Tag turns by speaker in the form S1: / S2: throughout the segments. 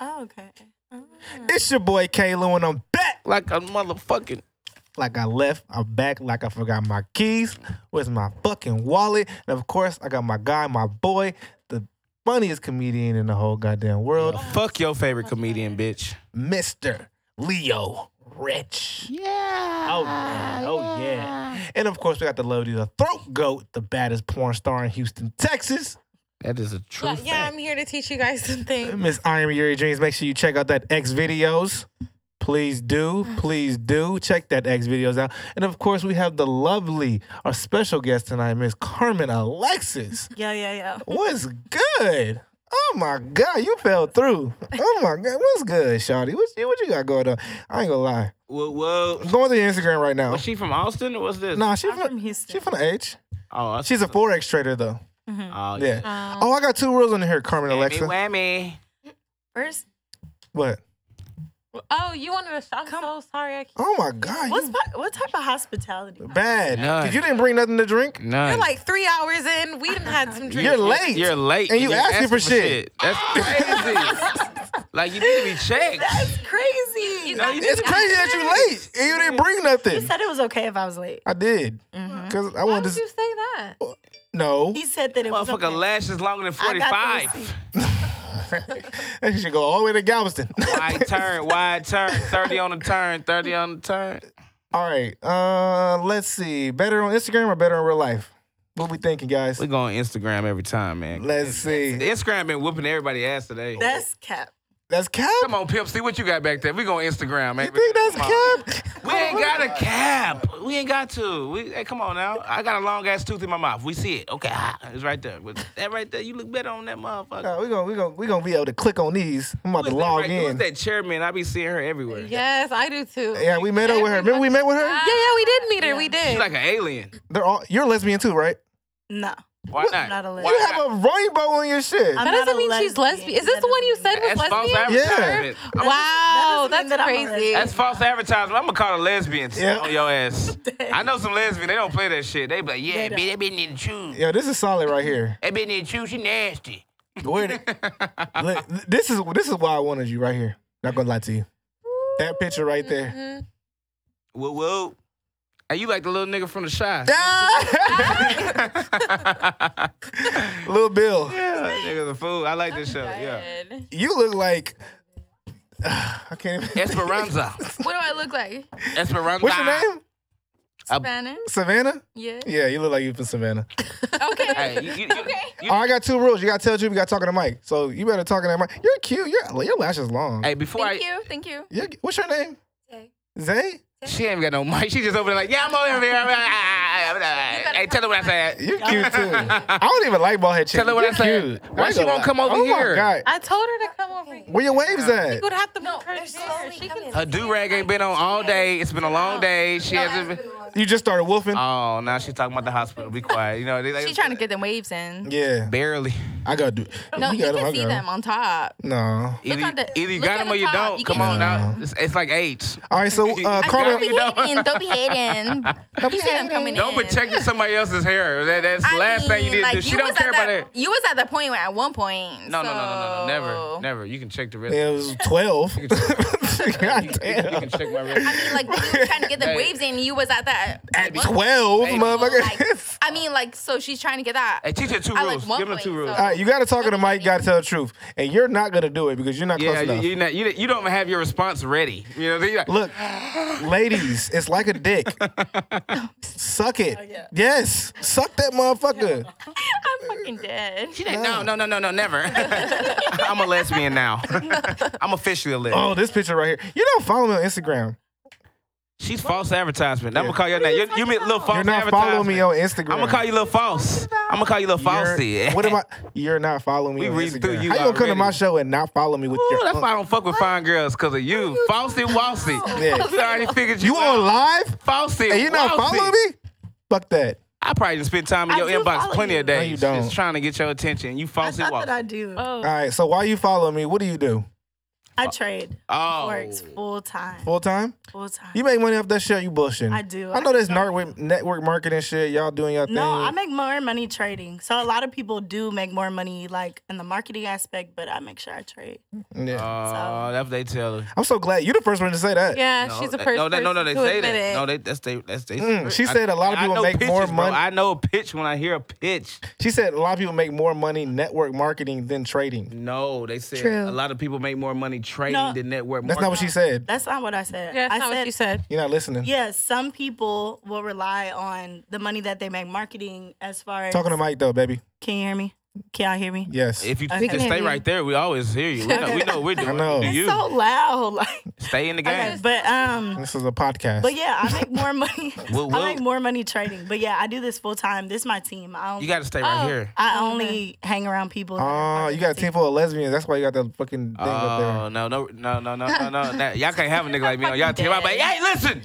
S1: Oh, Okay.
S2: It's your boy Kalo, and I'm back
S3: Like a motherfucking.
S2: like I left. I'm back like I forgot my keys. Where's my fucking wallet? And of course, I got my guy, my boy, the funniest comedian in the whole goddamn world,
S3: Fuck your favorite comedian, bitch.
S2: Mr. Leo Rich.
S3: Yeah.
S2: Oh, yeah. Oh, yeah. And of course, we got the lady, the throat goat, the baddest porn star in Houston, Texas.
S3: That is a true
S1: Yeah, yeah,
S3: fact.
S1: I'm here to teach you guys some things.
S2: Miss Iron Yuri Dreams. Make sure you check out that X videos. Please do. Please do. Check that X videos out. And of course, we have the lovely, our special guest tonight, Miss Carmen Alexis.
S1: Yeah, yeah, yeah.
S2: What's good? Oh my God, you fell through. Oh my God, what's good, Shawty? What you, what you got going on? I ain't gonna lie.
S3: Whoa, whoa.
S2: I'm going to your Instagram right now.
S3: Was she from Austin or what's this?
S2: Nah, she
S1: I'm from
S2: from, she
S1: Houston.
S2: from the H.
S3: Oh, I-
S2: She's a Forex trader, though.
S3: Oh,
S2: Yeah.
S1: Um,
S2: Oh, I got two rules on here, Carmen
S3: Whammy,
S2: Alexa.
S3: whammy.
S1: First,
S2: What?
S4: Oh, you wanted a shot? I'm so sorry. I can't.
S2: Oh my God.
S1: what's
S2: You
S1: pa- what type of hospitality?
S2: bad.
S3: None.
S2: Because you didn't bring nothing to drink.
S3: None.
S1: We're like three hours in. We didn't had some drinks.
S2: You're late.
S3: You're late.
S2: And you
S3: you're
S2: asking for shit.
S3: That's crazy. like you need to be checked.
S1: That's crazy.
S3: No, you
S2: It's crazy that you late and you didn't bring
S1: You
S2: nothing.
S1: said it was okay if I was late.
S2: I did. Because I
S4: Why
S2: wanted
S4: would
S2: to.
S4: you
S2: s-
S4: say that?
S2: No.
S1: He said that it was okay.
S3: Motherfucker lash is longer than
S1: I got the
S3: 45.
S1: receipt.
S2: You should go all the way to Galveston.
S3: Wide turn, wide turn, 30 on the turn, 30 on the turn.
S2: all right. Uh, let's see. Better on Instagram or better in real life? What we thinking, guys?
S3: We go on Instagram every time, man.
S2: Let's see.
S3: Instagram been whooping everybody ass today.
S1: That's cap.
S2: That's cap.
S3: Come on, Pimp, see what you got back there. We go on Instagram, man.
S2: You think that's
S3: Come on.
S2: cap?
S3: We ain't got a cap. We ain't got to. We, hey, come on now. I got a long ass tooth in my mouth. We see it. Okay, ah, it's right there. But that right there, you look better on that motherfucker.
S2: No, we're gonna we gonna we gonna be able to click on these. I'm about
S3: Who's
S2: to
S3: that
S2: log
S3: right- Who's
S2: in.
S3: that chairman? I be seeing her everywhere.
S4: Yes, I do too. Yeah,
S2: Yeah, we met up with her. Remember we met with her?
S4: yeah, we did meet her. We
S3: She's
S4: did.
S3: like an alien.
S2: They're all you're lesbian too, right?
S1: No.
S3: Why not?
S1: Not a lesbian.
S2: You
S3: Why
S2: have a rainbow on your shit.
S1: I'm
S4: that
S1: not
S4: doesn't
S1: a
S4: mean she's lesbian. Is this
S1: That
S4: the one you
S1: doesn't
S4: said
S1: mean-
S4: was
S3: That's false
S4: lesbian?
S3: advertisement.
S2: Yeah.
S1: That
S4: Wow,
S1: doesn't mean
S4: that's
S1: that I'm a
S4: crazy.
S1: lesbian.
S3: That's false advertisement. I'm gonna call her lesbians
S2: Yeah.
S3: on your ass. I know some lesbian. They don't play that shit. They be like, yeah, bitch, that bitch need to choose.
S2: Yeah, this is solid right here.
S3: That bitch need to choose. She nasty.
S2: Where the- Look, this is this is why I wanted you right here. Not gonna lie to you. That picture right there.
S4: Mhm.
S3: Whoa, whoa. And you like the little nigga from the shy.
S2: Little Bill,
S3: Yeah, that nigga's a fool. I like this show. Yeah.
S4: Good.
S2: you look like I can't even.
S3: Esperanza.
S4: What do I look like?
S3: Esperanza.
S2: What's your name?
S3: Uh,
S4: Spanish?
S2: Savannah?
S4: Yeah.
S2: Yeah, you look like you from Savannah.
S4: Okay.
S3: Hey, you, you, you, you,
S2: Oh, I got two rules. You gotta tell you, you gotta talk to the mic. So you better talk to that mic. You're cute. Your your lash is long.
S3: hey, before
S4: Thank
S3: I.
S4: you. Thank you.
S2: You're- what's your name? Zay.
S3: She ain't got no mic. She just over there like, yeah, I'm over here. I'm, I'm, I'm, hey, tell her what I said.
S2: You cute too. I don't even like bald head chicks.
S3: Tell her what
S2: You're
S3: I said.
S2: cute. I
S3: Why
S2: ain't
S3: she
S2: gonna
S3: won't
S2: lie.
S3: come over
S2: oh
S3: here?
S2: My God.
S4: I told her to come over here.
S2: Where your waves at?
S1: She would have to move her
S4: They're
S1: chair.
S4: slowly
S1: She can
S4: coming.
S3: Her do rag ain't been on all day. It's been a long day. She hasn't been.
S2: You just started wolfing.
S3: Oh, now she's talking about the hospital. Be quiet. You know, they like,
S4: She's trying to get them waves in.
S2: yeah,
S3: barely.
S2: I gotta do.
S4: No,
S2: we
S4: you
S2: gotta- I
S4: can see
S2: gotta-
S4: them on top.
S2: No.
S3: Either,
S4: on the-
S3: either you
S4: look
S3: got
S4: at
S3: them
S4: the
S3: or you
S4: top.
S3: don't.
S4: You
S3: Come
S4: can
S3: on
S4: see
S3: now. It's, it's like AIDS.
S2: All right, so uh,
S4: Don't
S2: Carmen,
S4: be hating. Don't be hating. Don't be hating. coming
S3: Don't
S4: in.
S3: protect somebody else's hair. That, that's the
S4: I
S3: last thing you
S4: mean,
S3: did
S4: like,
S3: do. She
S4: you
S3: don't
S4: was
S3: care
S4: at
S3: about
S4: that-
S3: it.
S4: You was at the point where at one point.
S3: No, no, no, no, no, no. Never.
S4: so-
S3: Never. You can check the rest.
S2: it was twelve. God
S3: You, you
S2: damn.
S3: can check my
S4: I mean,
S3: record.
S4: like you were trying to get them
S3: Hey.
S4: waves in. You was at that.
S2: At
S4: one-
S2: twelve,
S3: Hey,
S2: motherfucker.
S4: Like, I mean, like so she's trying to get that.
S3: Hey, teach her two
S4: I like
S3: rules.
S4: one
S3: Give them
S4: point,
S3: two rules.
S4: so-
S2: All right, you gotta talk to the mic. You gotta tell the truth, and you're not gonna do it because you're not
S3: Yeah,
S2: close
S3: you,
S2: enough.
S3: you're not, you, you don't have your response ready. You know, you're like,
S2: Look, ladies, it's like a dick. Suck
S4: Oh,
S2: it. Yes, suck that motherfucker.
S4: I'm fucking dead.
S3: She didn't. No, no, no, no, no, never. I'm a lesbian now. I'm officially a lesbian.
S2: Oh, this picture right here. You don't follow me on Instagram.
S3: She's false advertisement. I'm gonna call your name. You, you mean little false
S2: You're not following me on Instagram.
S3: I'm gonna call you little false. I'm gonna call you little falsey.
S2: You're, what am I? You're not following me.
S3: We
S2: on
S3: reading
S2: Instagram.
S3: through you
S2: How you gonna come to
S3: already.
S2: my show and not follow me with
S3: Ooh,
S2: your?
S3: that's why I don't fuck with fine girls because of you. Falsey, walsey.
S2: Yeah.
S3: I already figured you,
S2: You on
S3: out.
S2: live
S3: Falsey,
S2: and you not
S3: walsey.
S2: following me? Fuck that.
S3: I probably just spent time in
S1: I
S3: your
S1: do
S3: inbox
S1: follow
S3: plenty
S1: you.
S3: of
S2: No,
S3: days.
S2: you don't.
S3: Just trying to get your attention. You
S1: I
S3: falsey,
S1: thought that
S3: walsey.
S1: I do.
S4: Oh,
S2: All right. So why you follow me? What do you do?
S1: I trade.
S3: Oh.
S1: Works full time.
S2: Full time?
S1: Full time.
S2: You make money off that shit, you bullshitting.
S1: I do.
S2: I know there's network, network marketing shit. Y'all doing your thing.
S1: No, I make more money trading. So a lot of people do make more money like in the marketing aspect, but I make sure I trade.
S3: Oh,
S2: yeah.
S3: that's what they tell her.
S2: I'm so glad you're the first one to say that.
S4: Yeah,
S3: No,
S4: she's a
S3: that-
S4: person.
S3: No, that, no, no, they
S4: who
S3: say
S4: admit
S3: that.
S4: It.
S3: No, they, that's they. That's they.
S2: Mm, she
S3: I-
S2: said a lot of
S3: I
S2: people
S3: know
S2: make more
S3: pitches, bro.
S2: money-
S3: I know a pitch when I hear a pitch.
S2: She said a lot of people make more money network marketing than trading.
S3: No, they said
S4: True.
S3: a lot of people make more money trading
S1: No.
S3: than network.
S2: That's not what she said.
S1: That's not what I said.
S4: Yeah, that's
S1: I
S4: not
S1: said,
S4: what she said.
S2: You're not listening.
S1: Yeah, some people will rely on the money that they make marketing as far as
S2: Talking to Mike though, baby.
S1: Can you hear me? Can y'all hear me?
S2: Yes.
S3: If you
S1: Okay.
S3: just stay right there, we always hear you. We know, we know what we're doing.
S2: I know.
S3: Do
S1: It's
S3: you
S1: so loud. Like
S3: stay in the game?
S4: Okay.
S1: but um
S2: this is a podcast.
S1: but yeah, I make more money.
S3: We'll-
S1: I make
S3: we'll-
S1: more money trading. But yeah, I do this full time. This is my team. I don't
S3: You got to stay right
S4: Oh.
S3: here.
S1: I only hang around people. that are
S2: Oh,
S1: part
S2: you
S1: of
S2: got a
S1: the
S2: team full of lesbians. That's why you got that fucking thing up
S3: Oh
S2: there.
S3: no no no no no no no! That- Y'all can't have a nigga like me on y'all team. I'm like, hey, listen,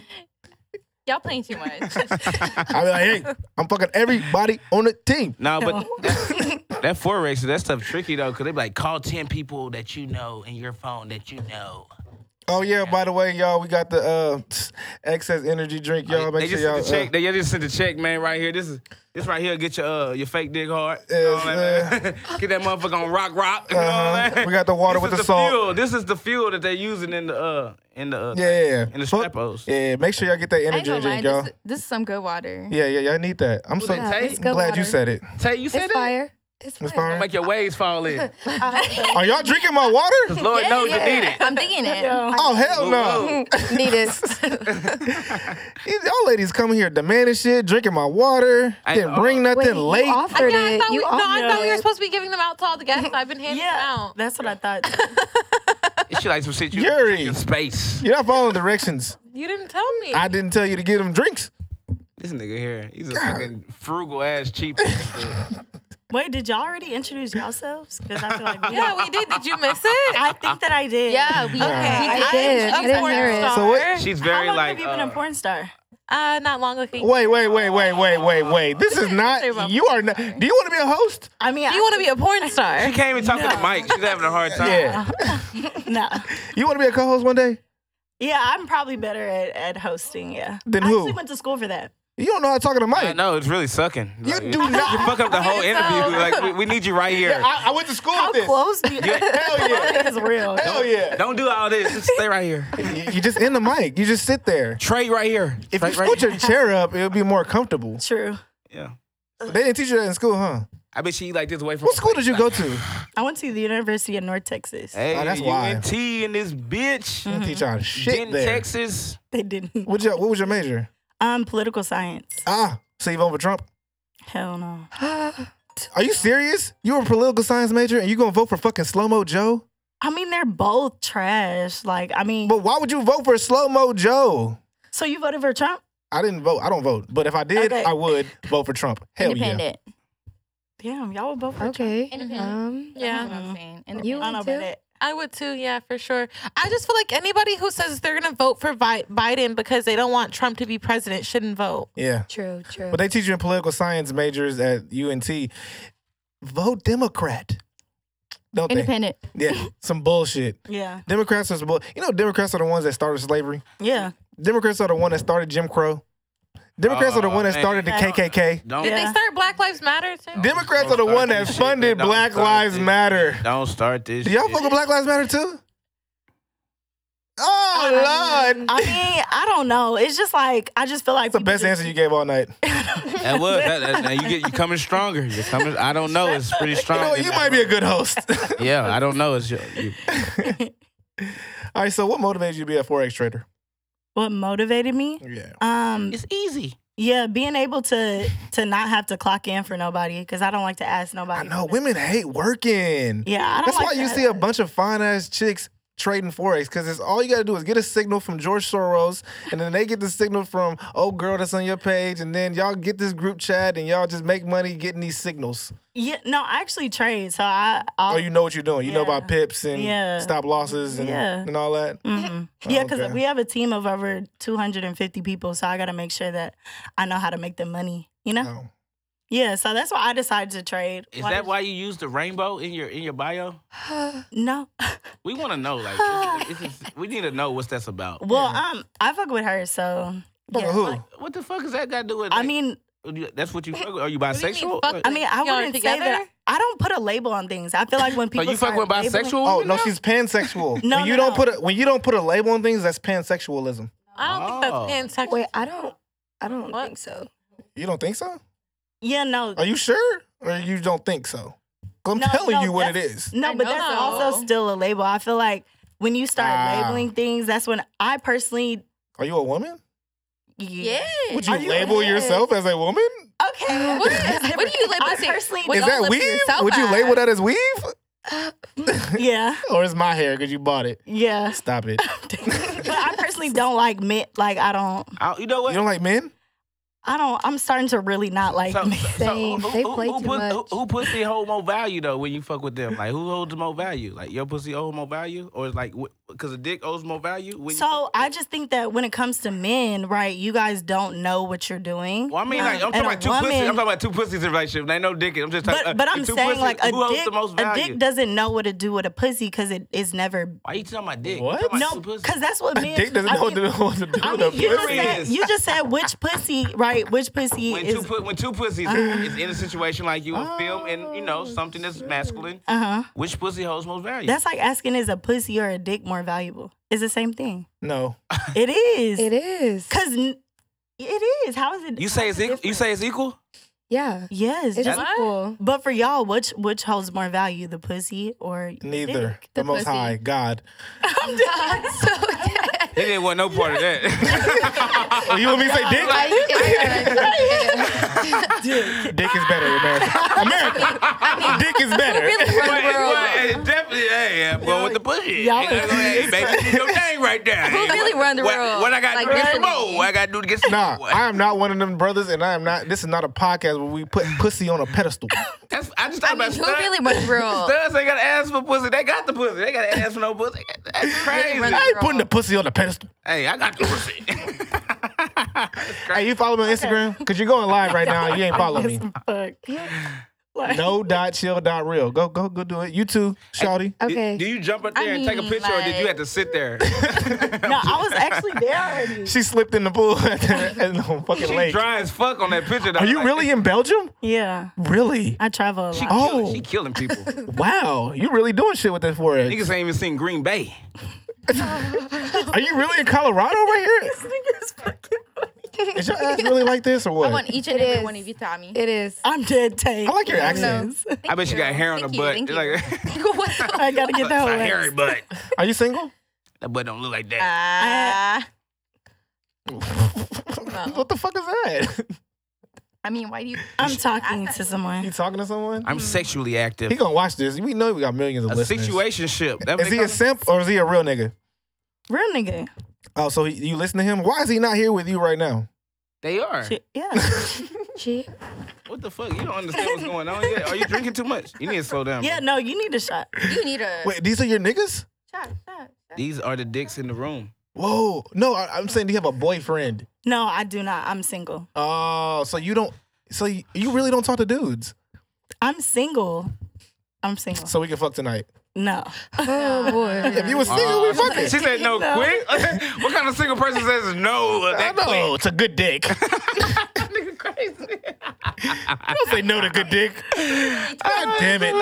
S4: Y'all playing too much.
S2: I be like, hey, I'm fucking everybody on the team.
S3: no, but that, that forex that stuff tricky though, cause they be like, call ten people that you know in your phone that you know.
S2: Oh yeah, by the way, y'all, we got the uh excess energy drink, y'all.
S3: Oh, they
S2: Make sure
S3: just
S2: y'all.
S3: sent the check.
S2: uh,
S3: they yeah, just sent the check, man, right here. This is this right here. Get your uh your fake dick hard. You
S2: Yeah,
S3: know what I mean? Get that motherfucker on rock rock. You know what I
S2: Uh-huh.
S3: mean?
S2: We got the water
S3: This
S2: with
S3: is
S2: the salt.
S3: Fuel. This is the fuel that they're using in the uh in the uh,
S2: yeah, yeah, yeah.
S3: in the
S2: Fuck-
S3: strepos.
S2: Yeah, make sure y'all get that
S5: I ain't
S2: energy
S5: gonna lie,
S2: drink, y'all.
S5: this, this is some good water.
S2: Yeah, yeah, y'all need that. I'm so
S3: they taste?
S2: I'm
S3: It's
S5: Uh, good
S2: glad you
S5: water.
S2: said it.
S3: Tay, you said that.
S5: It's fire. It's fire.
S2: It's fine.
S3: Make your waves fall in.
S2: Are y'all drinking my water?
S3: Lord knows
S5: Yeah,
S3: you need it.
S5: I'm digging it.
S2: Oh hell no!
S3: Whoa.
S5: need it.
S2: These- Y'all ladies come here demanding shit, drinking my water,
S3: I-
S2: didn't bring
S5: Wait,
S2: nothing
S5: you
S2: late.
S5: offered
S4: yeah, I
S5: it.
S4: thought, we,
S5: You
S4: no,
S5: offered
S4: I thought we were
S5: it.
S4: supposed to be giving them out to all the guests. I've been handing
S1: Yeah,
S4: them out.
S1: that's what I thought.
S3: She like some shit you
S2: Yuri.
S3: in space.
S2: You're not following directions.
S4: You didn't tell me.
S2: I didn't tell you to get them drinks.
S3: This nigga here, he's a fucking frugal ass cheap. nigga.
S1: Wait, did y'all already introduce yourselves? Because I feel like we-
S4: yeah, we did. Did you miss it?
S1: I think that I did.
S5: Yeah, we,
S4: I-
S5: I did.
S4: I'm
S5: I didn't
S4: porn
S5: hear it.
S2: So what-
S4: star.
S3: She's
S1: How
S3: very
S1: long
S3: like.
S1: have you been
S3: uh,
S1: a porn star?
S4: Uh, not long ago.
S2: Wait, wait, wait, wait, wait, wait, wait. This is not. You are not. Do you want to be a host?
S1: I mean,
S4: Do you want to be a porn star?
S3: she can't even talk to the mic. She's having a hard time.
S2: Yeah.
S1: to be? No.
S2: You want to be a co-host one day?
S1: Yeah, I'm probably better at, at hosting. Yeah.
S2: Then
S1: I
S2: who?
S1: actually went to school for that.
S2: You don't know how to talk to the
S3: I
S2: mic.
S3: know it's really sucking.
S2: You
S3: Like,
S2: do not-
S3: You fuck up the whole
S4: Okay, so-
S3: interview. Like we, we need you right here.
S2: I, I went to school
S1: How
S2: with this.
S1: close do you?
S2: Hell yeah.
S1: It's real.
S2: Hell yeah.
S3: Don't do all this. Just stay right here.
S2: You, you just in the mic. You just sit there.
S3: Trade right here.
S2: If you
S3: Trade right
S2: scoot your chair up, it'll be more comfortable.
S1: True.
S3: Yeah.
S2: They didn't teach you that in school, huh?
S3: I bet she like this away from.
S2: What school did you go to?
S1: I went to the University of North Texas.
S3: Hey,
S2: Oh, that's wild.
S3: UNT in this bitch.
S2: They
S1: Mm-hmm.
S2: teach y'all shit
S3: in
S2: there.
S3: Texas.
S1: They didn't.
S2: What your What was your major?
S1: Um, political science.
S2: Ah, so you vote for Trump?
S1: Hell no.
S2: Are you serious? You were a political science major and you gonna vote for fucking Slow Mo Joe?
S1: I mean, they're both trash. Like, I mean,
S2: But why would you vote for Slow Mo Joe?
S1: so you voted for Trump?
S2: I didn't vote. I don't vote. But if I did,
S1: Okay.
S2: I would vote for Trump. Hell yeah.
S5: Independent.
S1: Damn, y'all were both for Trump.
S5: Okay.
S4: Independent.
S5: Um,
S4: Yeah.
S1: Mhm.
S5: you
S1: I don't know
S5: want
S1: about
S5: to?
S1: that.
S4: I would too, yeah, for sure. I just feel like anybody who says they're going to vote for Bi- Biden because they don't want Trump to be president shouldn't vote.
S2: Yeah.
S5: True. True.
S2: But they teach you in political science majors at UNT. Vote Democrat. Don't they?
S5: Independent.
S2: Yeah. Some bullshit.
S1: Yeah.
S2: Democrats are some bull. You know, Democrats are the ones that started slavery.
S1: Yeah.
S2: Democrats are the one that started Jim Crow. Democrats are the
S3: Oh,
S2: one that
S3: man.
S2: started the KKK.
S3: Don't.
S4: Did
S1: Yeah.
S4: they start Black Lives Matter too?
S2: Democrats are
S3: Don't
S2: the
S3: start
S2: one
S3: this
S2: that
S3: shit, man.
S2: funded
S3: Don't
S2: Black
S3: start
S2: Lives
S3: this.
S2: Matter.
S3: Don't start this.
S2: Do y'all
S3: shit.
S2: fuck with Black Lives Matter too? Oh Lord.
S1: I mean, I don't know. It's just like I just feel like
S2: That's the best answer you gave all night. You
S3: That was that, that, now you get you coming stronger. You're coming. I don't know. It's pretty strong.
S2: know, you might be a good host.
S3: Yeah, I don't know. It's your, you,
S2: all right, so what motivates you to be a forex trader?
S1: What motivated me?
S2: Yeah.
S1: Um,
S3: it's easy.
S1: yeah, being able to to not have to clock in for nobody because I don't like to ask
S2: I
S1: nobody.
S2: know
S1: what it-
S2: women hate working.
S1: Yeah, I don't.
S2: That's
S1: like
S2: why you
S1: that.
S2: see a bunch of fine ass chicks trading forex because it's all you gotta do is get a signal from George Soros, and then they get the signal from oh girl that's on your page, and then y'all get this group chat and y'all just make money getting these signals.
S1: Yeah, no, I actually trade, so I. I'll,
S2: Oh, you know what you're doing. You know
S1: Yeah.
S2: about pips and
S1: Yeah.
S2: stop losses and,
S1: Yeah.
S2: and all that.
S1: Mhm. Yeah, because
S2: Oh, okay.
S1: we have a team of
S2: Oh.
S1: over 250 people, so I got to make sure that I know how to make them money. You know,
S2: No.
S1: Yeah, so that's why I decided to trade.
S3: Is that why you use the rainbow in your in your bio?
S1: No.
S3: We want to know. Like, it's- it's- it's- we need to know what that's about.
S1: Well, um, I fuck with her, so.
S2: Fuck
S1: yeah,
S2: who?
S1: like-
S3: What the fuck is that got to do with?
S1: I mean,
S3: mean, that's what you.
S4: Wait,
S3: fuck with? Are you
S4: What do you mean,
S3: bisexual?
S4: fuck
S3: Like,
S1: I mean, I
S4: y'all are
S1: wouldn't say that.
S4: together?
S1: I don't put a label on things. I feel like when
S3: so
S1: people
S3: Oh, you fuck with
S1: start labeling-
S3: bisexual?
S2: Oh
S3: women
S2: no,
S3: now?
S2: she's pansexual.
S1: No,
S2: when you
S1: no,
S2: don't
S1: no.
S2: put a when you don't put a label on things, that's pansexualism.
S4: I don't
S3: Oh.
S4: think that's pansexual.
S5: Wait, I don't. I don't
S4: What?
S5: think so.
S2: You don't think so?
S1: Yeah, no,
S2: Are you sure? Or you don't think so? 'Cause I'm
S1: No,
S2: telling
S1: no,
S2: you what it
S1: that's-
S2: is.
S1: No,
S4: I
S1: but
S4: know.
S1: that's also still a label. I feel like when you start
S2: Ah.
S1: labeling things, that's when I personally.
S2: Are you a woman?
S1: Yeah.
S2: Would you
S1: Are you-
S2: label yourself as a woman?
S1: Okay.
S4: What is- what do you label
S1: I
S4: it?
S1: personally
S4: What
S2: is
S4: don't
S2: that
S4: label
S2: weave?
S4: yourself
S2: Would you
S4: as.
S2: label that as weave?
S1: Yeah.
S2: Or is my hair because you bought it?
S1: Yeah.
S2: Stop it.
S1: but I personally don't like men. Like I don't.
S3: I- you know
S2: You
S3: what?
S2: don't like men?
S1: I don't. I'm starting to really not like
S3: so,
S1: men.
S5: Same.
S3: who-
S5: They
S3: who-
S5: play
S3: who
S5: too
S3: put-
S5: much.
S3: Who, who pussy hold more value though when you fuck with them? Like who holds more value? Like your pussy hold more value, or is like because a dick holds more value? When you
S1: So
S3: fuck with
S1: I
S3: them?
S1: just think that when it comes to men, right, you guys don't know what you're doing.
S3: Well, I mean, like I'm talking
S1: And a
S3: about two pussies. I'm talking about two pussies in a relationship. They ain't no dick. in it. I'm just talking.
S1: But, but
S3: uh,
S1: I'm
S3: two
S1: saying
S3: pussies,
S1: like a
S3: who holds
S1: dick,
S3: the most
S1: a
S3: value?
S1: dick doesn't know what to do with a pussy because it is never
S3: Why you talking about dick? You
S2: What?
S3: talking about
S1: no
S3: two pussies?
S1: because that's what men.
S2: Dick doesn't
S1: I
S2: know
S1: mean-
S2: what to do
S1: I
S2: with
S1: mean,
S2: a
S1: you just
S2: pussy.
S1: said you just said which pussy, right? Which pussy
S3: when two
S1: is
S3: pu- when two pussies
S1: Oh.
S3: is in a situation like you in film and you know something that's masculine,
S1: uh huh.
S3: which pussy holds most value?
S1: Oh, That's like asking is a pussy or a dick more valuable? It's the same thing.
S2: No.
S1: It is.
S5: It is.
S1: Cause n- it is. How is it?
S3: you say it's equal, you say it's equal.
S5: Yeah.
S1: yes.
S5: It's
S4: What?
S5: equal.
S1: but for y'all, which which holds more value, the pussy or the
S2: Neither.
S1: dick?
S2: The,
S5: The
S2: most
S5: pussy.
S2: high, God.
S5: so dead.
S3: They didn't want no part of that.
S2: Oh, you want me to say dick?
S5: Like, yeah, yeah.
S2: Dick is better, America. America. Dick is better.
S5: Really run
S3: Wait,
S5: the world.
S3: wait, it definitely, hey, yeah, boy, with the pussy.
S1: y'all
S3: Hey,
S1: is-
S3: hey, baby, you do your thing right there.
S5: Who really run the
S3: what,
S5: world?
S3: What I got to
S5: Like,
S3: do to
S5: mentally.
S3: get some more? What I got to do to get some
S2: Nah,
S3: more?
S2: I am not one of them brothers, and I am not. This is not a podcast where we put pussy on a pedestal.
S3: That's, I just thought
S5: I mean,
S3: about
S5: who
S3: stud-
S5: really run the world?
S3: Studs ain't got to ask for pussy. They got the pussy. They got to ask for no pussy. That's crazy.
S5: run the
S2: I ain't
S5: Girl.
S2: putting the pussy on a pedestal.
S3: Hey, I got the pussy.
S2: Hey, you follow me on Instagram? Because you're going live right now. and You ain't follow me.
S1: Fuck. Like,
S2: No dot chill dot real. Go go go do it. You too, Shawty.
S5: Okay.
S3: Do you jump up there and take a
S4: mean,
S3: picture, or did you
S4: like-
S3: have to sit there?
S1: no, I was actually there already.
S2: She slipped in the pool at the, at the fucking
S3: She
S2: lake.
S3: dry as fuck on that picture. Though.
S2: Are you
S3: Like,
S2: really in Belgium?
S1: Yeah,
S2: Really?
S1: I travel a lot.
S3: She, killing-
S2: Oh.
S3: she killing people.
S2: Wow, you really doing shit with this forehead?
S3: Niggas ain't even seen Green Bay.
S2: Are you really in Colorado right here? Is your ass really like this or what?
S6: I want
S1: E.
S6: each and every
S5: is.
S6: one of you, Tommy.
S5: It is.
S1: I'm dead tank.
S2: I like your accent.
S3: I bet you got hair on the
S6: Thank you,
S3: butt.
S6: thank
S3: It's like,
S6: What the-
S1: I gotta get
S3: it's
S1: the whole.
S3: a hairy butt.
S2: Are you single?
S3: That butt don't look like that.
S1: I-
S6: Ah.
S2: What the fuck is that?
S6: I mean, why do you?
S1: I'm talking to someone.
S2: you talking to someone?
S3: I'm sexually active.
S2: He gonna watch this. We know we got millions of
S3: a
S2: listeners.
S3: situationship. That what
S2: Is
S3: they
S2: he a
S3: call it?
S2: simp or is he a real nigga?
S1: Real nigga.
S2: Oh, so he, you listen to him? Why is he not here with you right now?
S3: They are.
S1: Shit, Yeah.
S5: She.
S3: What the fuck? You don't understand what's going on yet. Are you drinking too much? You need to slow down.
S1: Yeah,
S3: bro.
S1: no, you need a shot.
S6: You need a
S2: Wait, these are your niggas?
S6: shot, shot.
S3: These are the dicks in the room.
S2: Whoa, no, I, I'm saying do you have a boyfriend?
S1: No, I do not. I'm single.
S2: Oh, so you don't, so you, you really don't talk to dudes?
S1: I'm single. I'm single.
S2: So we can fuck tonight.
S1: No.
S5: Oh boy.
S2: If you were single, we
S3: Ah. she
S2: fucking.
S3: said no,
S1: No.
S3: quick. what kind of single person says no uh,
S2: I
S3: that
S2: know it's a good dick. I
S3: quick? Nigga crazy.
S2: don't say no to good dick. God damn it.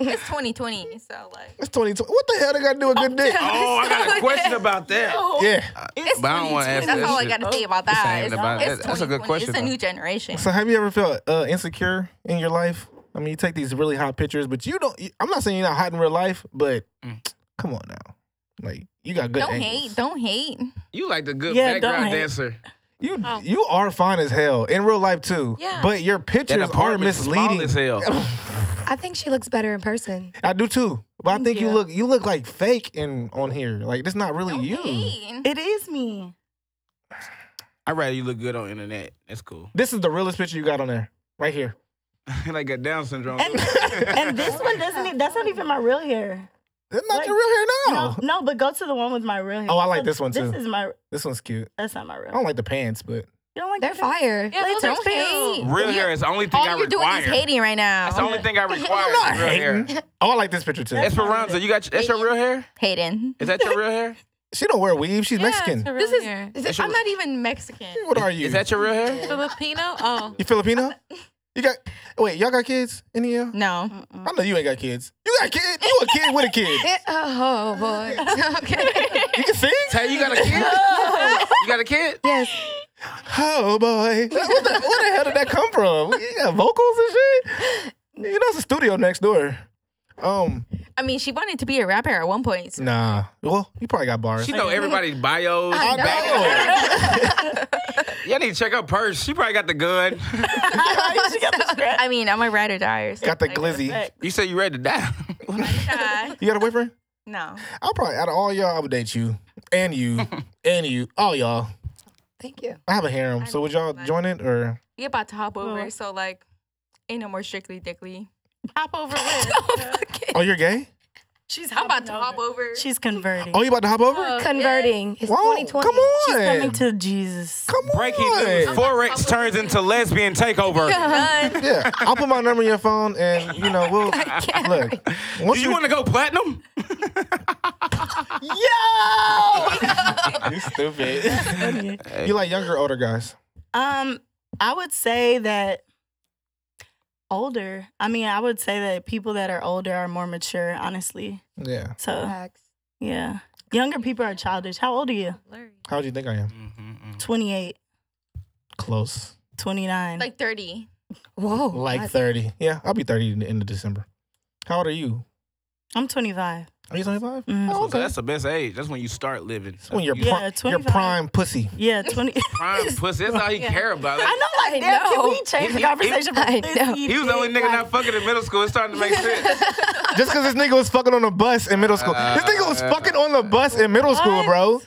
S6: It's 2020, so like.
S2: It's 2020. What the hell they got to do with good dick?
S3: Oh, I got a question about that.
S2: Yeah.
S6: It's
S3: But I don't wanna
S6: 2020.
S3: ask
S6: That's
S3: that
S6: all
S3: shit.
S6: I got to say about
S3: This
S6: that.
S3: ain't
S6: It's,
S3: about-
S6: it's
S3: that's a good
S6: 2020.
S3: question,
S6: It's a
S3: though.
S6: new generation.
S2: So have you ever felt uh, insecure in your life? I mean, you take these really hot pictures, but you don't. you- I'm not saying you're not hot in real life, but
S3: Mm.
S2: come on now, like you got good.
S6: Don't
S2: angles.
S6: hate. Don't hate.
S3: You like the good
S1: Yeah, don't
S3: background
S1: hate.
S3: dancer.
S2: You
S4: Oh.
S2: you are fine as hell in real life too.
S4: Yeah.
S2: But your pictures are
S3: apartment's
S2: misleading.
S3: small as
S5: I think she looks better in person.
S2: I do too, but I
S1: Thank
S2: think you.
S1: you.
S2: look you look like fake in on here. Like that's not really
S6: Don't
S2: you.
S6: hate.
S1: It is me.
S3: I'd rather you look good on internet. That's cool.
S2: This is the realest picture you got on there, right here.
S3: like a Down syndrome.
S1: And and this one doesn't e- that's not even my real hair.
S2: That's not
S1: Like,
S2: your real hair now.
S1: No, no, but go to the one with my real hair.
S2: Oh, I like this one, too. Oh.
S1: This is my
S2: This one's cute.
S1: that's not my real
S2: I don't like the pants, but
S1: You You don't like
S5: They're
S1: that shit?
S5: fire.
S4: Yeah, those are
S6: Don't
S4: cute.
S6: hate.
S3: Real
S6: You-
S3: hair is the only thing
S6: All
S3: I
S6: you're doing
S3: require.
S6: is hating right now.
S3: That's the only thing I require.
S2: not
S3: is real hair.
S2: hating. Oh, I like this picture too.
S3: Esperanza, you got that's your real hair?
S6: Hating.
S3: Is that your real hair?
S2: She don't wear weave. She's Mexican.
S4: This is
S6: is.
S3: That's your-
S6: I'm not even Mexican.
S2: What are you?
S3: Is that your real hair?
S4: Filipino. Oh
S2: you Filipino? You got wait, y'all got kids in here?
S6: No.
S2: I know you ain't got kids. You got kids. You a kid with a kid.
S5: It- oh boy. okay.
S2: You can sing.
S3: Tay, you got a kid? you got a kid?
S5: Yes.
S2: Oh boy, What the- where the hell did that come from? You got vocals and shit. You know, it's a studio next door. Um,
S6: I mean, she wanted to be a rapper at one point. so-
S2: nah. Well, you probably got bars.
S3: She know everybody's bios.
S2: I know.
S3: Y'all need to check her purse. She probably got the gun.
S1: she got the scratch.
S6: I mean, I'm a ride or die or something.
S2: got the glizzy.
S3: You say you ready to die.
S6: Die.
S2: You got a boyfriend?
S6: No.
S2: I'll probably out of all y'all, I would date you and you and you, all y'all.
S5: Thank you.
S2: I have a harem, so would y'all join it or?
S6: We about to hop over,
S1: Oh.
S6: so like, ain't no more strictly dickly.
S4: hop over with.
S2: Oh, you're gay?
S1: She's
S6: I'm
S1: hopping
S6: about to
S1: over.
S6: hop over.
S1: She's converting.
S2: Oh, you about to hop over?
S5: Converting. It's
S2: Whoa,
S5: 2020.
S2: come
S1: Uh, She's coming
S2: on!
S1: to Jesus.
S2: Come on!
S3: Breaking news. Forex turns into lesbian takeover.
S6: Done.
S2: Yeah, I'll put my number in your phone, and you know we'll look. Once
S3: Do you want to go platinum?
S2: You stupid.
S1: Okay.
S2: you like younger, or older guys?
S1: Um, I would say that older. I mean, I would say that people that are older are more mature, honestly.
S2: Yeah.
S1: So
S5: Facts.
S1: yeah, younger people are childish. How old are you?
S2: How old do you think I am?
S1: 28,
S2: Close.
S1: 29.
S6: like 30.
S5: Whoa.
S2: Like
S5: that's-
S2: thirty. Yeah, I'll be thirty in the end of December. How old are you?
S1: I'm 25.
S2: Are you twenty five?
S1: Mhm.
S2: Oh,
S3: So
S2: okay.
S3: that's the best age. That's when you start living.
S2: That's when you're
S1: Yeah,
S2: pri- your
S1: 25.
S2: prime pussy.
S1: Yeah, 20.
S3: prime pussy. That's all he care about. Like,
S1: I know, like,
S5: I
S1: damn, can
S5: know.
S1: we change the
S3: He- he-
S1: conversation? from
S5: I
S1: this
S5: know.
S1: easy
S3: He was the only
S1: to,
S3: nigga
S1: like-
S3: not fucking in middle school. It's starting to make sense.
S2: Just because this nigga was fucking on the bus in middle school. This nigga was fucking on the bus in middle school, bro.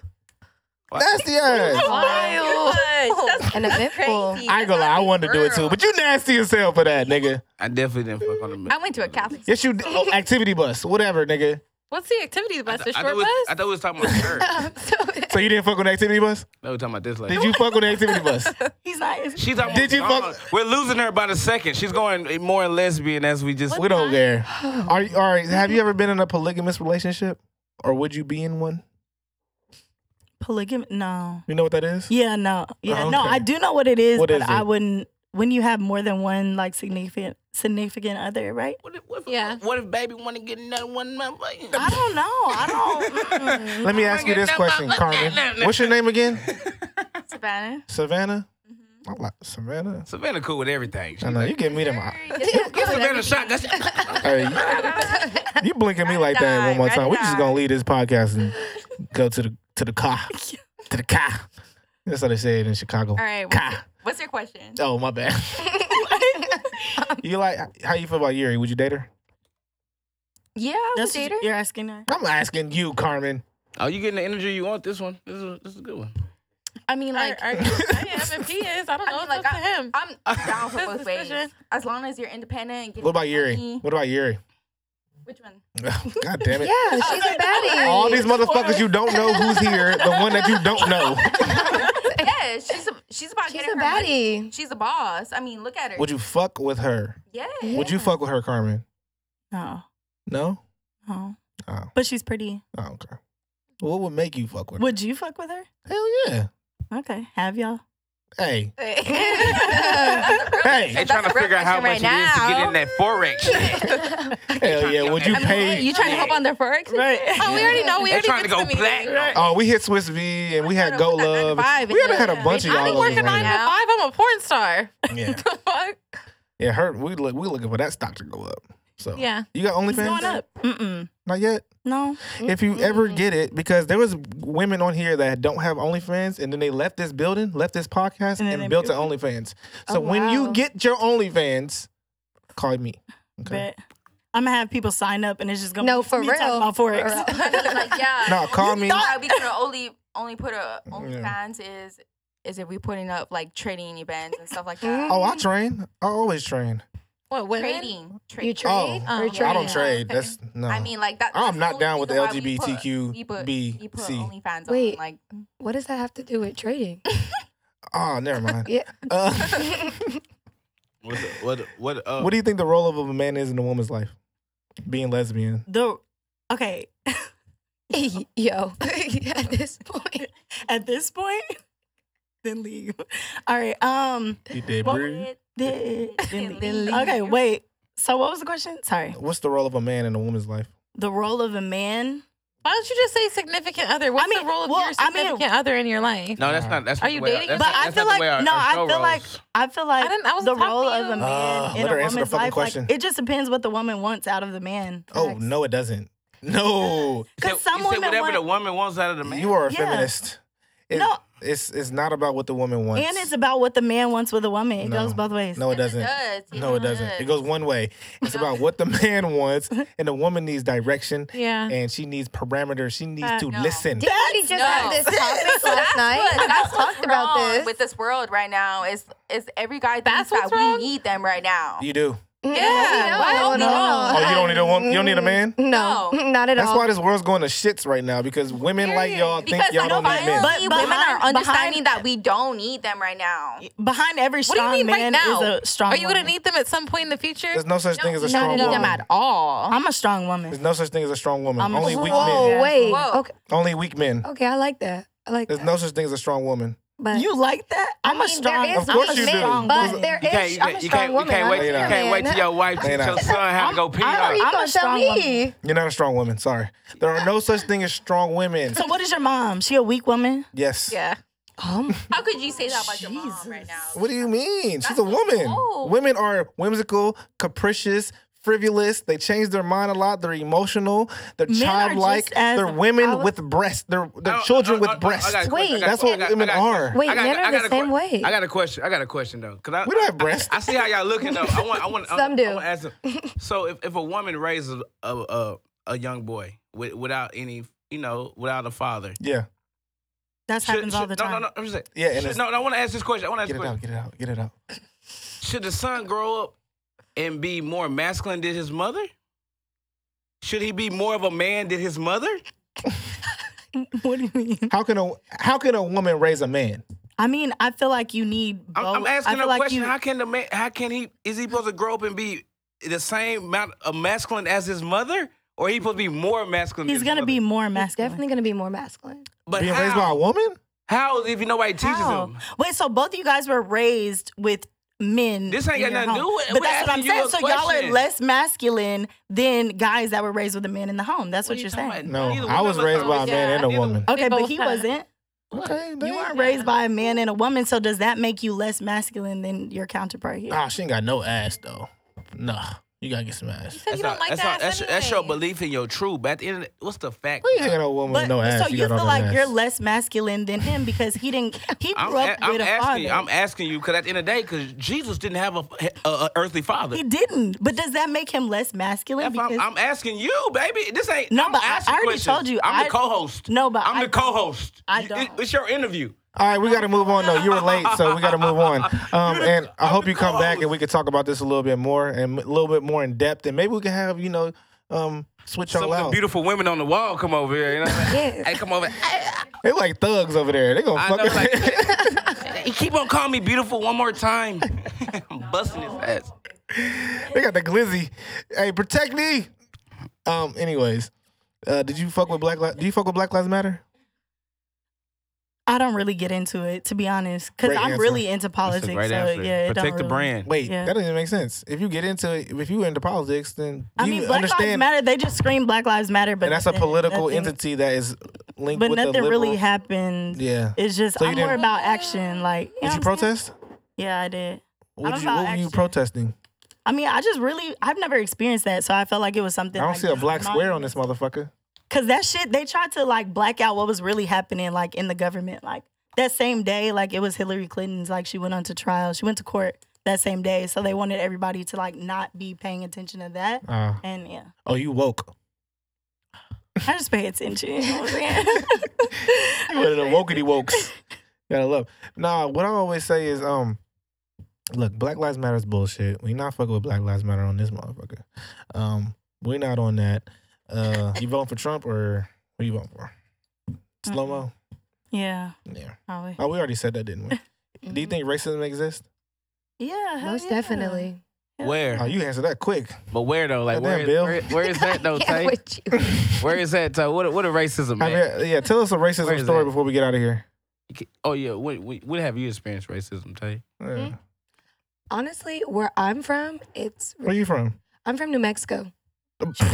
S2: Nasty ass.
S6: Oh.
S5: Wild. And eventful.
S6: Crazy.
S2: I ain't gonna lie, I wanted to do it too, but you nasty as hell for that, nigga.
S3: I definitely didn't fuck on the middle.
S6: I went to a Catholic
S2: Yes, you. Oh, activity bus, whatever, nigga.
S4: What's the activity bus? The
S3: I thought,
S4: short
S3: we was, I
S4: bus?
S3: thought we was talking about her. I
S2: So you didn't fuck on the activity bus?
S3: thought we were talking about this lady.
S2: Did you fuck on the activity bus?
S1: He's not.
S3: She's almost
S2: Did you fuck-
S3: gone. We're losing her by the second. She's going more lesbian as we just.
S2: We don't care. Are you, all right? Have you ever been in a polygamous relationship, or would you be in one?
S1: Polygamy? No.
S2: You know what that is?
S1: Yeah, no. Yeah, no.
S2: Oh, Okay.
S1: I do know what it is,
S2: What
S1: but
S2: is
S1: I
S2: it?
S1: wouldn't. When you have more than one like significant significant other, right?
S3: What if, what if,
S4: Yeah.
S3: what if baby want to get another one? My,
S1: I don't know. I don't. mm-mm.
S2: Let me ask you this question, Carmen. What's your name again?
S6: Savannah.
S2: Savannah. I like Savannah.
S3: Savannah cool with everything. She
S2: I know you give me them. eye-
S3: Give Savannah a shot. That's
S2: Hey, you- you blinking me like that one more time. We just gonna leave this podcast and go to the to the car to the car. That's how they say it in Chicago.
S6: All right. What's,
S2: Car.
S6: what's your question?
S2: Oh my bad. you like how you feel about Yuri? Would you date her?
S6: Yeah, I was
S1: That's
S6: a
S1: what
S6: dater.
S1: you're asking her.
S2: I'm asking you, Carmen.
S3: Oh, you getting the energy you want? This one. This is, this is a good one.
S6: I mean, like,
S4: Or- or- I am if he is. I don't know.
S6: mean,
S4: It's
S6: like,
S4: up to him.
S6: I'm down for
S4: This
S6: both
S4: is
S6: ways.
S4: Fisher.
S6: As long as you're independent and getting
S2: What about Yuri?
S6: money.
S2: What about Yuri?
S6: Which one?
S2: God damn it.
S5: Yeah, she's a baddie.
S2: All these motherfuckers you don't know who's here, the one that you don't know.
S6: yeah, she's a, she's about
S5: She's
S6: getting
S5: a
S6: her money.
S5: baddie.
S6: She's a boss. I mean, look at her.
S2: Would you fuck with her?
S6: yeah.
S2: Would you fuck with her, Carmen?
S1: No,
S2: No?
S1: no.
S2: Oh.
S1: But she's pretty.
S2: Oh, okay. What would make you fuck with her?
S1: Would you fuck with her?
S2: Hell yeah.
S1: Okay, have y'all?
S2: Hey.
S3: They
S2: Hey.
S3: trying to
S6: real
S3: figure out how much
S6: question right
S3: it is to get
S6: now.
S3: in that forex. shit.
S2: Hell yeah. Would you
S3: I mean,
S2: pay?
S6: you trying to hop on their forex?
S1: Right.
S4: Oh, we already know. We
S3: They
S4: already
S3: trying to
S4: been
S3: go
S4: the meeting.
S3: black.
S2: Oh, we hit Swiss V and we had
S6: Put
S2: Go
S6: that nine to
S2: Love.
S6: five
S2: We
S6: and
S2: haven't had a
S6: yeah.
S2: bunch of
S4: I
S2: y'all.
S4: be working
S2: over
S4: nine to
S2: here.
S4: five. I'm a porn star.
S2: Yeah.
S4: The fuck?
S2: Yeah, her we look we looking for that stock to go up. So
S4: Yeah.
S2: You got
S1: It's going
S2: OnlyFans?
S1: up. Mm-mm.
S2: Not yet.
S1: No.
S2: If you ever
S6: Mm-hmm.
S2: get it, because there was women on here that don't have OnlyFans, and then they left this building, left this podcast,
S1: And
S2: and,
S1: then they
S2: built an
S1: built
S2: OnlyFans. So
S5: Oh,
S2: when you
S5: wow.
S2: get your OnlyFans, call me.
S1: But I'm gonna have people sign up, and it's just gonna
S5: No,
S1: be
S5: for
S1: me
S5: real.
S1: talking about forex.
S5: For real.
S6: like, yeah.
S2: No, call me.
S6: Yeah, we could only only put a only
S2: Yeah.
S6: fans is is if we putting up like trading events and stuff like that.
S2: Oh, I train. I always train.
S4: What women?
S6: trading,
S5: You
S6: trading.
S5: trade?
S2: Oh,
S5: or
S6: I
S5: trade?
S2: I don't trade.
S6: Okay.
S2: That's no.
S6: I mean, like that.
S2: I'm
S6: that's
S2: not
S6: only
S2: down with the
S6: reason why we put-
S2: LGBTQ
S6: We put, we put
S2: BC.
S6: OnlyFans on,
S5: Wait.
S6: like
S5: What does that have to do with trading?
S2: Oh, never mind.
S5: Yeah.
S2: Uh,
S3: What? the- What? What? Uh,
S2: what do you think the role of a man is in a woman's life? Being lesbian.
S1: The okay.
S5: Yo, at this point,
S1: At this point, then leave. All right. Um.
S2: You did,
S1: Well-
S2: Bree.
S1: Then, then
S6: Then
S1: leave.
S6: leave.
S1: Okay. Wait. So what was the question? Sorry.
S2: What's the role of a man in a woman's life?
S1: The role of a man.
S4: Why don't you just say significant other? What's
S1: mean,
S4: the role of
S1: well,
S4: your
S1: I mean-
S4: significant other in your life?
S3: no, that's not. That's
S4: Are
S3: not
S4: you
S3: the way our-
S4: dating?
S3: that's
S1: But
S3: not-
S1: I
S3: that's
S1: feel
S3: not the
S1: like
S3: way our-
S1: no.
S3: our
S1: I
S3: show
S1: feel like
S3: rolls.
S1: I feel like
S4: didn't- I wasn't
S1: the
S4: talking to
S1: role of
S4: you.
S1: a man
S2: Ah,
S1: in
S2: let
S1: a
S2: her answer the
S1: woman's
S2: fucking
S1: life.
S2: question.
S1: Like, it just depends what the woman wants out of the man.
S2: Oh no, it doesn't. No,
S3: You
S1: Because
S3: said-
S1: some
S3: you said
S1: women
S3: whatever
S1: want,
S3: the woman wants out of the man.
S2: you are a
S1: Yeah.
S2: feminist. It-
S1: No.
S2: it's it's not about what the woman wants.
S1: and it's about what the man wants with a woman. It
S2: No.
S1: goes both ways.
S2: no, it doesn't.
S6: does.
S2: No, it doesn't. It goes one way. It's about what the man wants, and the woman needs direction,
S4: Yeah.
S2: and she needs parameters. She needs
S4: Uh,
S2: to
S6: no.
S2: listen.
S5: didn't we just have this topic last night?
S6: But that's
S5: we
S6: what's
S5: talked about
S6: wrong
S5: this.
S6: with this world right now. Is is every guy
S4: That's
S6: thinks
S4: what's
S6: that
S4: wrong?
S6: we need them right now?
S2: You do.
S4: Yeah, why
S5: no, no,
S4: don't
S5: no,
S4: we
S2: Oh,
S4: know?
S2: you don't need a woman. You don't need a man.
S5: No, Mm,
S6: No.
S5: not at
S2: That's
S5: all.
S2: why this world's going to shits right now because women like y'all think
S6: Because
S2: y'all don't need
S6: finally,
S2: men.
S1: But
S6: women
S1: behind-
S6: are understanding
S1: behind-
S6: that we don't need them right now.
S1: Behind every
S4: What do
S1: strong
S4: you mean right
S1: man
S4: now?
S1: is a strong.
S4: Are you
S1: woman.
S4: gonna need them at some point in the future?
S2: There's no such thing as a
S6: No,
S2: strong
S6: not
S2: woman.
S6: them
S4: at all.
S1: I'm a strong
S2: There's
S1: woman.
S2: no such thing as a strong woman.
S1: I'm-
S2: Only weak
S5: Whoa,
S2: men.
S1: Yeah.
S5: wait.
S6: Whoa.
S5: Okay,
S2: Only weak men.
S5: okay, I like that. I like
S2: There's
S5: that.
S2: no such thing as a strong woman.
S5: but
S1: You like that? I'm
S5: I
S1: a
S5: mean,
S1: strong.
S5: There is
S2: Of course
S5: weak
S2: you
S5: men,
S2: do.
S5: But there
S3: You can't,
S5: is-
S3: you
S5: I'm a
S3: can't, you
S5: strong
S3: can't,
S5: woman.
S3: you can't
S5: I'm
S3: wait,
S5: a
S3: you
S5: strong
S3: can't wait
S5: man.
S3: till your wife teach
S2: Man, I-
S3: your son how to go pee.
S5: How are you
S1: I'm a
S5: gonna tell
S1: strong
S5: me?
S2: You're not a strong woman. Sorry. There are no such thing as strong women.
S1: So what is your mom? She a weak woman?
S2: Yes.
S4: yeah. Oh.
S5: Um,
S6: How could you say that about your mom right now?
S2: What do you mean? She's a woman.
S6: old.
S2: Women are whimsical, capricious, frivolous. They change their mind a lot. They're emotional. They're
S1: Men are
S2: childlike.
S1: just as-
S2: They're women
S5: I was-
S2: with breasts. They're they're
S3: Oh,
S2: children
S3: oh, oh,
S2: with
S3: oh,
S2: breasts.
S3: I got a
S5: Wait.
S3: question, I got a
S2: That's
S3: question, I
S2: what
S3: got-
S2: women
S3: I got a
S2: are.
S3: question.
S5: Wait,
S3: I got-
S5: men
S3: I
S5: are
S3: got
S5: the
S3: a que-
S5: same way.
S3: I got a question. I got a question though, cause I
S2: we don't have breasts.
S3: I see how y'all looking though. I want, I want. I-
S5: Some do.
S3: I wanna ask them. So if, if a woman raises a a, a young boy with, without any, you know, without a father,
S2: yeah.
S1: That
S3: should-
S1: happens all
S3: should-
S1: the time.
S3: No, no, no. I'm just saying.
S2: Yeah, and
S3: should-
S2: it's-
S3: no, no, I want to ask this question. I want to ask
S2: Get
S3: this
S2: it
S3: question.
S2: out. Get it out. Get it out.
S3: Should the son grow up and be more masculine than his mother? Should he be more of a man than his mother?
S1: What do you mean?
S2: How can a how can a woman raise a man?
S1: I mean, I feel like you need both.
S3: I'm, I'm asking
S1: I feel
S3: a
S1: like
S3: question.
S1: You,
S3: How can the man? How can he? Is he supposed to grow up and be the same amount of masculine as his mother, or he supposed to be more masculine?
S1: he's
S3: than
S1: gonna
S3: his
S1: be
S3: mother?
S1: more
S5: it's
S1: masculine.
S5: definitely gonna be more masculine.
S3: But
S2: Being
S3: how?
S2: raised by a woman?
S3: how if nobody teaches
S1: How?
S3: him?
S1: Wait, so both of you guys were raised with men.
S3: This ain't
S1: in
S3: got
S1: your
S3: nothing to
S1: home.
S3: do with-
S1: But
S3: we're
S1: that's what I'm
S3: asking you
S1: saying.
S3: a
S1: So y'all are
S3: question.
S1: less masculine than guys that were raised with a man in the home. That's what, you're saying.
S2: No, I was raised by a man and a woman.
S1: Okay,
S4: They
S1: but
S4: both
S1: he
S4: have.
S1: wasn't.
S2: Okay,
S1: You
S2: dang.
S1: weren't raised by a man and a woman, so does that make you less masculine than your counterpart here?
S2: Nah, Ah, she ain't got no ass though. Nah, you gotta get some ass.
S4: You said you don't like
S3: that's,
S4: that.
S3: that's, that's your
S4: anyway.
S3: belief in your truth. But at the end, of the, what's the fact?
S2: Well, you ain't got no woman
S1: But
S2: with no ass.
S1: so you,
S2: got all
S1: feel
S2: that
S1: like
S2: ass.
S1: you're less masculine than him because he didn't he grew
S3: I'm,
S1: up
S3: a- I'm
S1: with a
S3: asking
S1: father.
S3: you. I'm asking you because at the end of the day, because Jesus didn't have a, a, a earthly father.
S1: he didn't. But does that make him less masculine?
S3: If I'm, I'm asking you, baby. This ain't.
S1: No,
S3: I'm
S1: but I-
S3: asking
S1: I already
S3: questions.
S1: told you,
S3: I'm
S1: I-
S3: the co-host.
S1: No, but
S3: I'm
S1: I
S3: the co-host.
S1: I
S3: You-
S1: don't.
S3: it's your interview.
S2: All right, we got to move on though. You were late, so we got to move on. Um, and I hope you come back and we can talk about this a little bit more and a little bit more in depth, and maybe we can have you know um, switch
S3: Some
S2: y'all
S3: of the
S2: out.
S3: beautiful women on the wall come over here. You know,
S5: Yes.
S3: hey, come over.
S2: They like thugs over there. They gonna
S3: I
S2: fuck
S3: know,
S2: up.
S3: like, he keep on calling me beautiful one more time. I'm busting his ass.
S2: they got the glizzy. Hey, protect me. Um. Anyways, uh, did you fuck with Black? Li- do you fuck with Black Lives Matter?
S1: I don't really get into it, to be honest, because
S2: Great
S1: I'm
S2: answer.
S1: really into politics. So yeah, it don't
S3: Protect the
S1: really-
S3: brand.
S2: Wait,
S1: Yeah.
S2: that doesn't make sense. If you get into it, if you were into politics, then
S1: I
S2: you
S1: mean, Black Lives
S2: understand.
S1: Matter. They just scream Black Lives Matter, but
S2: and that's a
S1: nothing-
S2: political
S1: nothing-
S2: entity that is linked
S1: But
S2: with the
S1: nothing
S2: liberal.
S1: really happened.
S2: Yeah.
S1: It's just
S2: So you
S1: I'm more
S2: didn't-
S1: about action. Like, you know
S2: Did you
S1: what I'm saying?
S2: protest?
S1: Yeah, I did.
S2: What,
S1: I'm
S2: did you,
S1: about
S2: what were you
S1: action.
S2: protesting?
S1: I mean, I just really I've never experienced that, so I felt like it was something.
S2: I don't
S1: like
S2: see a black square on this motherfucker.
S1: Cause that shit, they tried to like black out what was really happening, like in the government. Like that same day, like it was Hillary Clinton's. Like she went on to trial. She went to court that same day, so they wanted everybody to like not be paying attention to that.
S3: Ah.
S2: Uh,
S1: And yeah,
S2: oh, you woke.
S1: I just pay attention. You know what I'm saying?
S2: You one of the wokey wokes. Gotta love. Nah, what I always say is, um, look, Black Lives Matter is bullshit. We not fucking with Black Lives Matter on this motherfucker. Um, we not on that. Uh, you voting for Trump or who you voting for? Slow mo.
S1: yeah,
S2: Yeah.
S1: probably.
S2: Oh, we already said that, didn't we? Do you think racism exists?
S1: Yeah, hell
S5: Most
S1: yeah.
S5: definitely.
S2: Oh,
S3: Where?
S2: you answer that quick.
S3: But where though? Like
S2: Goddamn,
S3: where?
S2: Bill.
S3: Where, where is that though,
S5: Yeah,
S3: Tay?
S5: with you.
S3: Where is that, Tay? What what a racism
S2: I
S3: at?
S2: mean, yeah, tell us a
S3: Where
S2: racism
S3: is
S2: story
S3: that?
S2: before we get out of here.
S3: Oh yeah. What, what what have you experienced racism, Tay?
S2: Yeah.
S5: Mhm. Honestly, where I'm from, it's
S2: Where you from?
S5: I'm from New Mexico. Do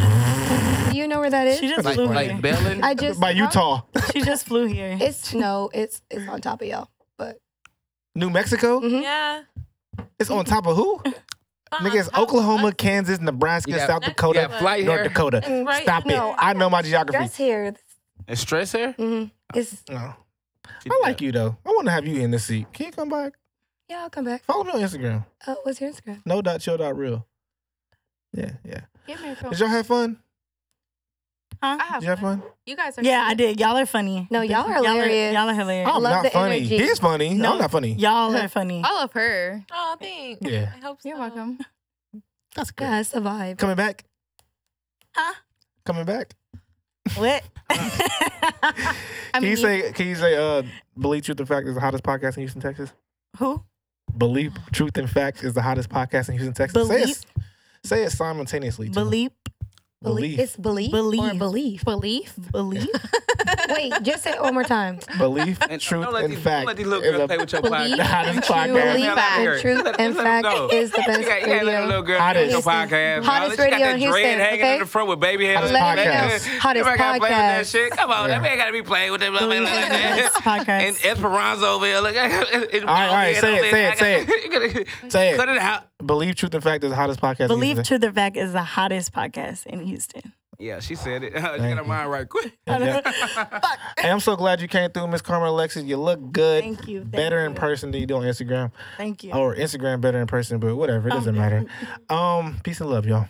S5: you know where that is?
S1: She just
S3: Like
S1: flew
S3: like
S1: here.
S3: Bellin?
S5: I just
S2: By
S5: huh?
S2: Utah,
S1: she just flew here.
S5: It's no, it's it's on top of y'all.
S2: New Mexico.
S5: Mhm.
S4: Yeah.
S2: It's on top of who? Nigga, it's
S4: Uh,
S2: Oklahoma,
S4: uh,
S2: Kansas, Nebraska,
S3: You got-
S2: South
S4: Next
S2: Dakota,
S4: level.
S3: flight
S2: North
S3: hair.
S2: Dakota.
S4: Right.
S2: Stop
S5: No,
S2: it. I know my geography.
S5: Dress here.
S3: And stress hair?
S5: hmm It's
S2: No. I like you though. I want to have you in the seat. Can you come back?
S5: yeah. I'll come back.
S2: Follow me on Instagram.
S5: Uh, what's your Instagram?
S2: No dot chill dot real. Yeah, yeah.
S6: Give me a
S2: Did y'all have fun?
S6: I
S1: huh?
S6: have
S2: Did you have fun?
S6: You guys are.
S1: Yeah, I did. Y'all are funny.
S5: No, y'all are hilarious.
S1: Y'all are, hilarious.
S5: I
S2: I'm
S5: love
S2: not
S5: the
S2: funny.
S5: energy.
S2: He's funny.
S1: No.
S2: I'm not funny.
S1: Y'all are funny.
S6: I love her.
S4: Oh, thanks.
S2: Yeah.
S4: I hope so.
S6: You're welcome.
S2: That's good.
S5: Yeah, it's a vibe.
S2: Coming back?
S1: Huh?
S2: Coming back?
S1: What?
S2: can you say can you say uh Believe Truth and Fact is the hottest podcast in Houston, Texas?
S1: Who?
S2: Believe Truth and Fact is the hottest podcast in Houston, Texas. Say it,
S1: Believe.
S2: say it simultaneously. too.
S1: Believe.
S5: Belief. It's belief, or
S1: Belief.
S5: belief.
S6: Belief.
S1: Believe.
S5: Wait, just say it one more time.
S2: Belief,
S3: And
S2: Truth,
S3: don't let
S2: and
S3: these,
S2: Fact.
S3: Don't let these little
S2: is
S3: girls
S2: a-
S3: play with your
S6: Believe
S3: podcast.
S2: the hottest
S5: True
S2: podcast.
S5: belief
S3: Let them
S5: and
S3: know.
S5: truth
S3: Let
S5: and
S3: them know.
S5: fact is the
S3: You
S5: best
S3: got, you got a
S5: radio.
S3: little girl
S2: Hottest.
S3: hottest, your podcast.
S5: Hottest
S3: She got
S5: radio
S3: that
S5: in
S3: dread
S5: Houston,
S3: hanging
S5: okay?
S3: in the front with baby hair.
S2: Hottest
S5: Let me
S2: podcast.
S5: know. Hottest
S3: Everybody gotta play with that
S5: podcast.
S3: shit. Come on,
S2: Yeah.
S3: that man gotta be playing with that. Blah, blah, blah, blah,
S1: Believe.
S3: blah. And
S1: Podcast.
S3: Esperanza over here. Look, all
S2: right, all right, say it, say it, say
S3: it.
S2: Say it.
S3: Cut it out.
S2: Believe Truth and Fact is the hottest podcast. in
S1: Believe
S2: Houston,
S1: Truth or Fact is the hottest podcast in Houston.
S3: Yeah, she said it. She got
S2: Thank
S3: her
S2: you.
S3: mind right quick.
S2: Texas. Yeah. Hey, I'm so glad you came through, Miss Carmen Alexis. You look good.
S1: Thank you. Thank
S2: Better
S1: you.
S2: in person than you do on Instagram.
S1: Thank you.
S2: Or Instagram better in person, but whatever. It doesn't matter. Um, peace and love, y'all.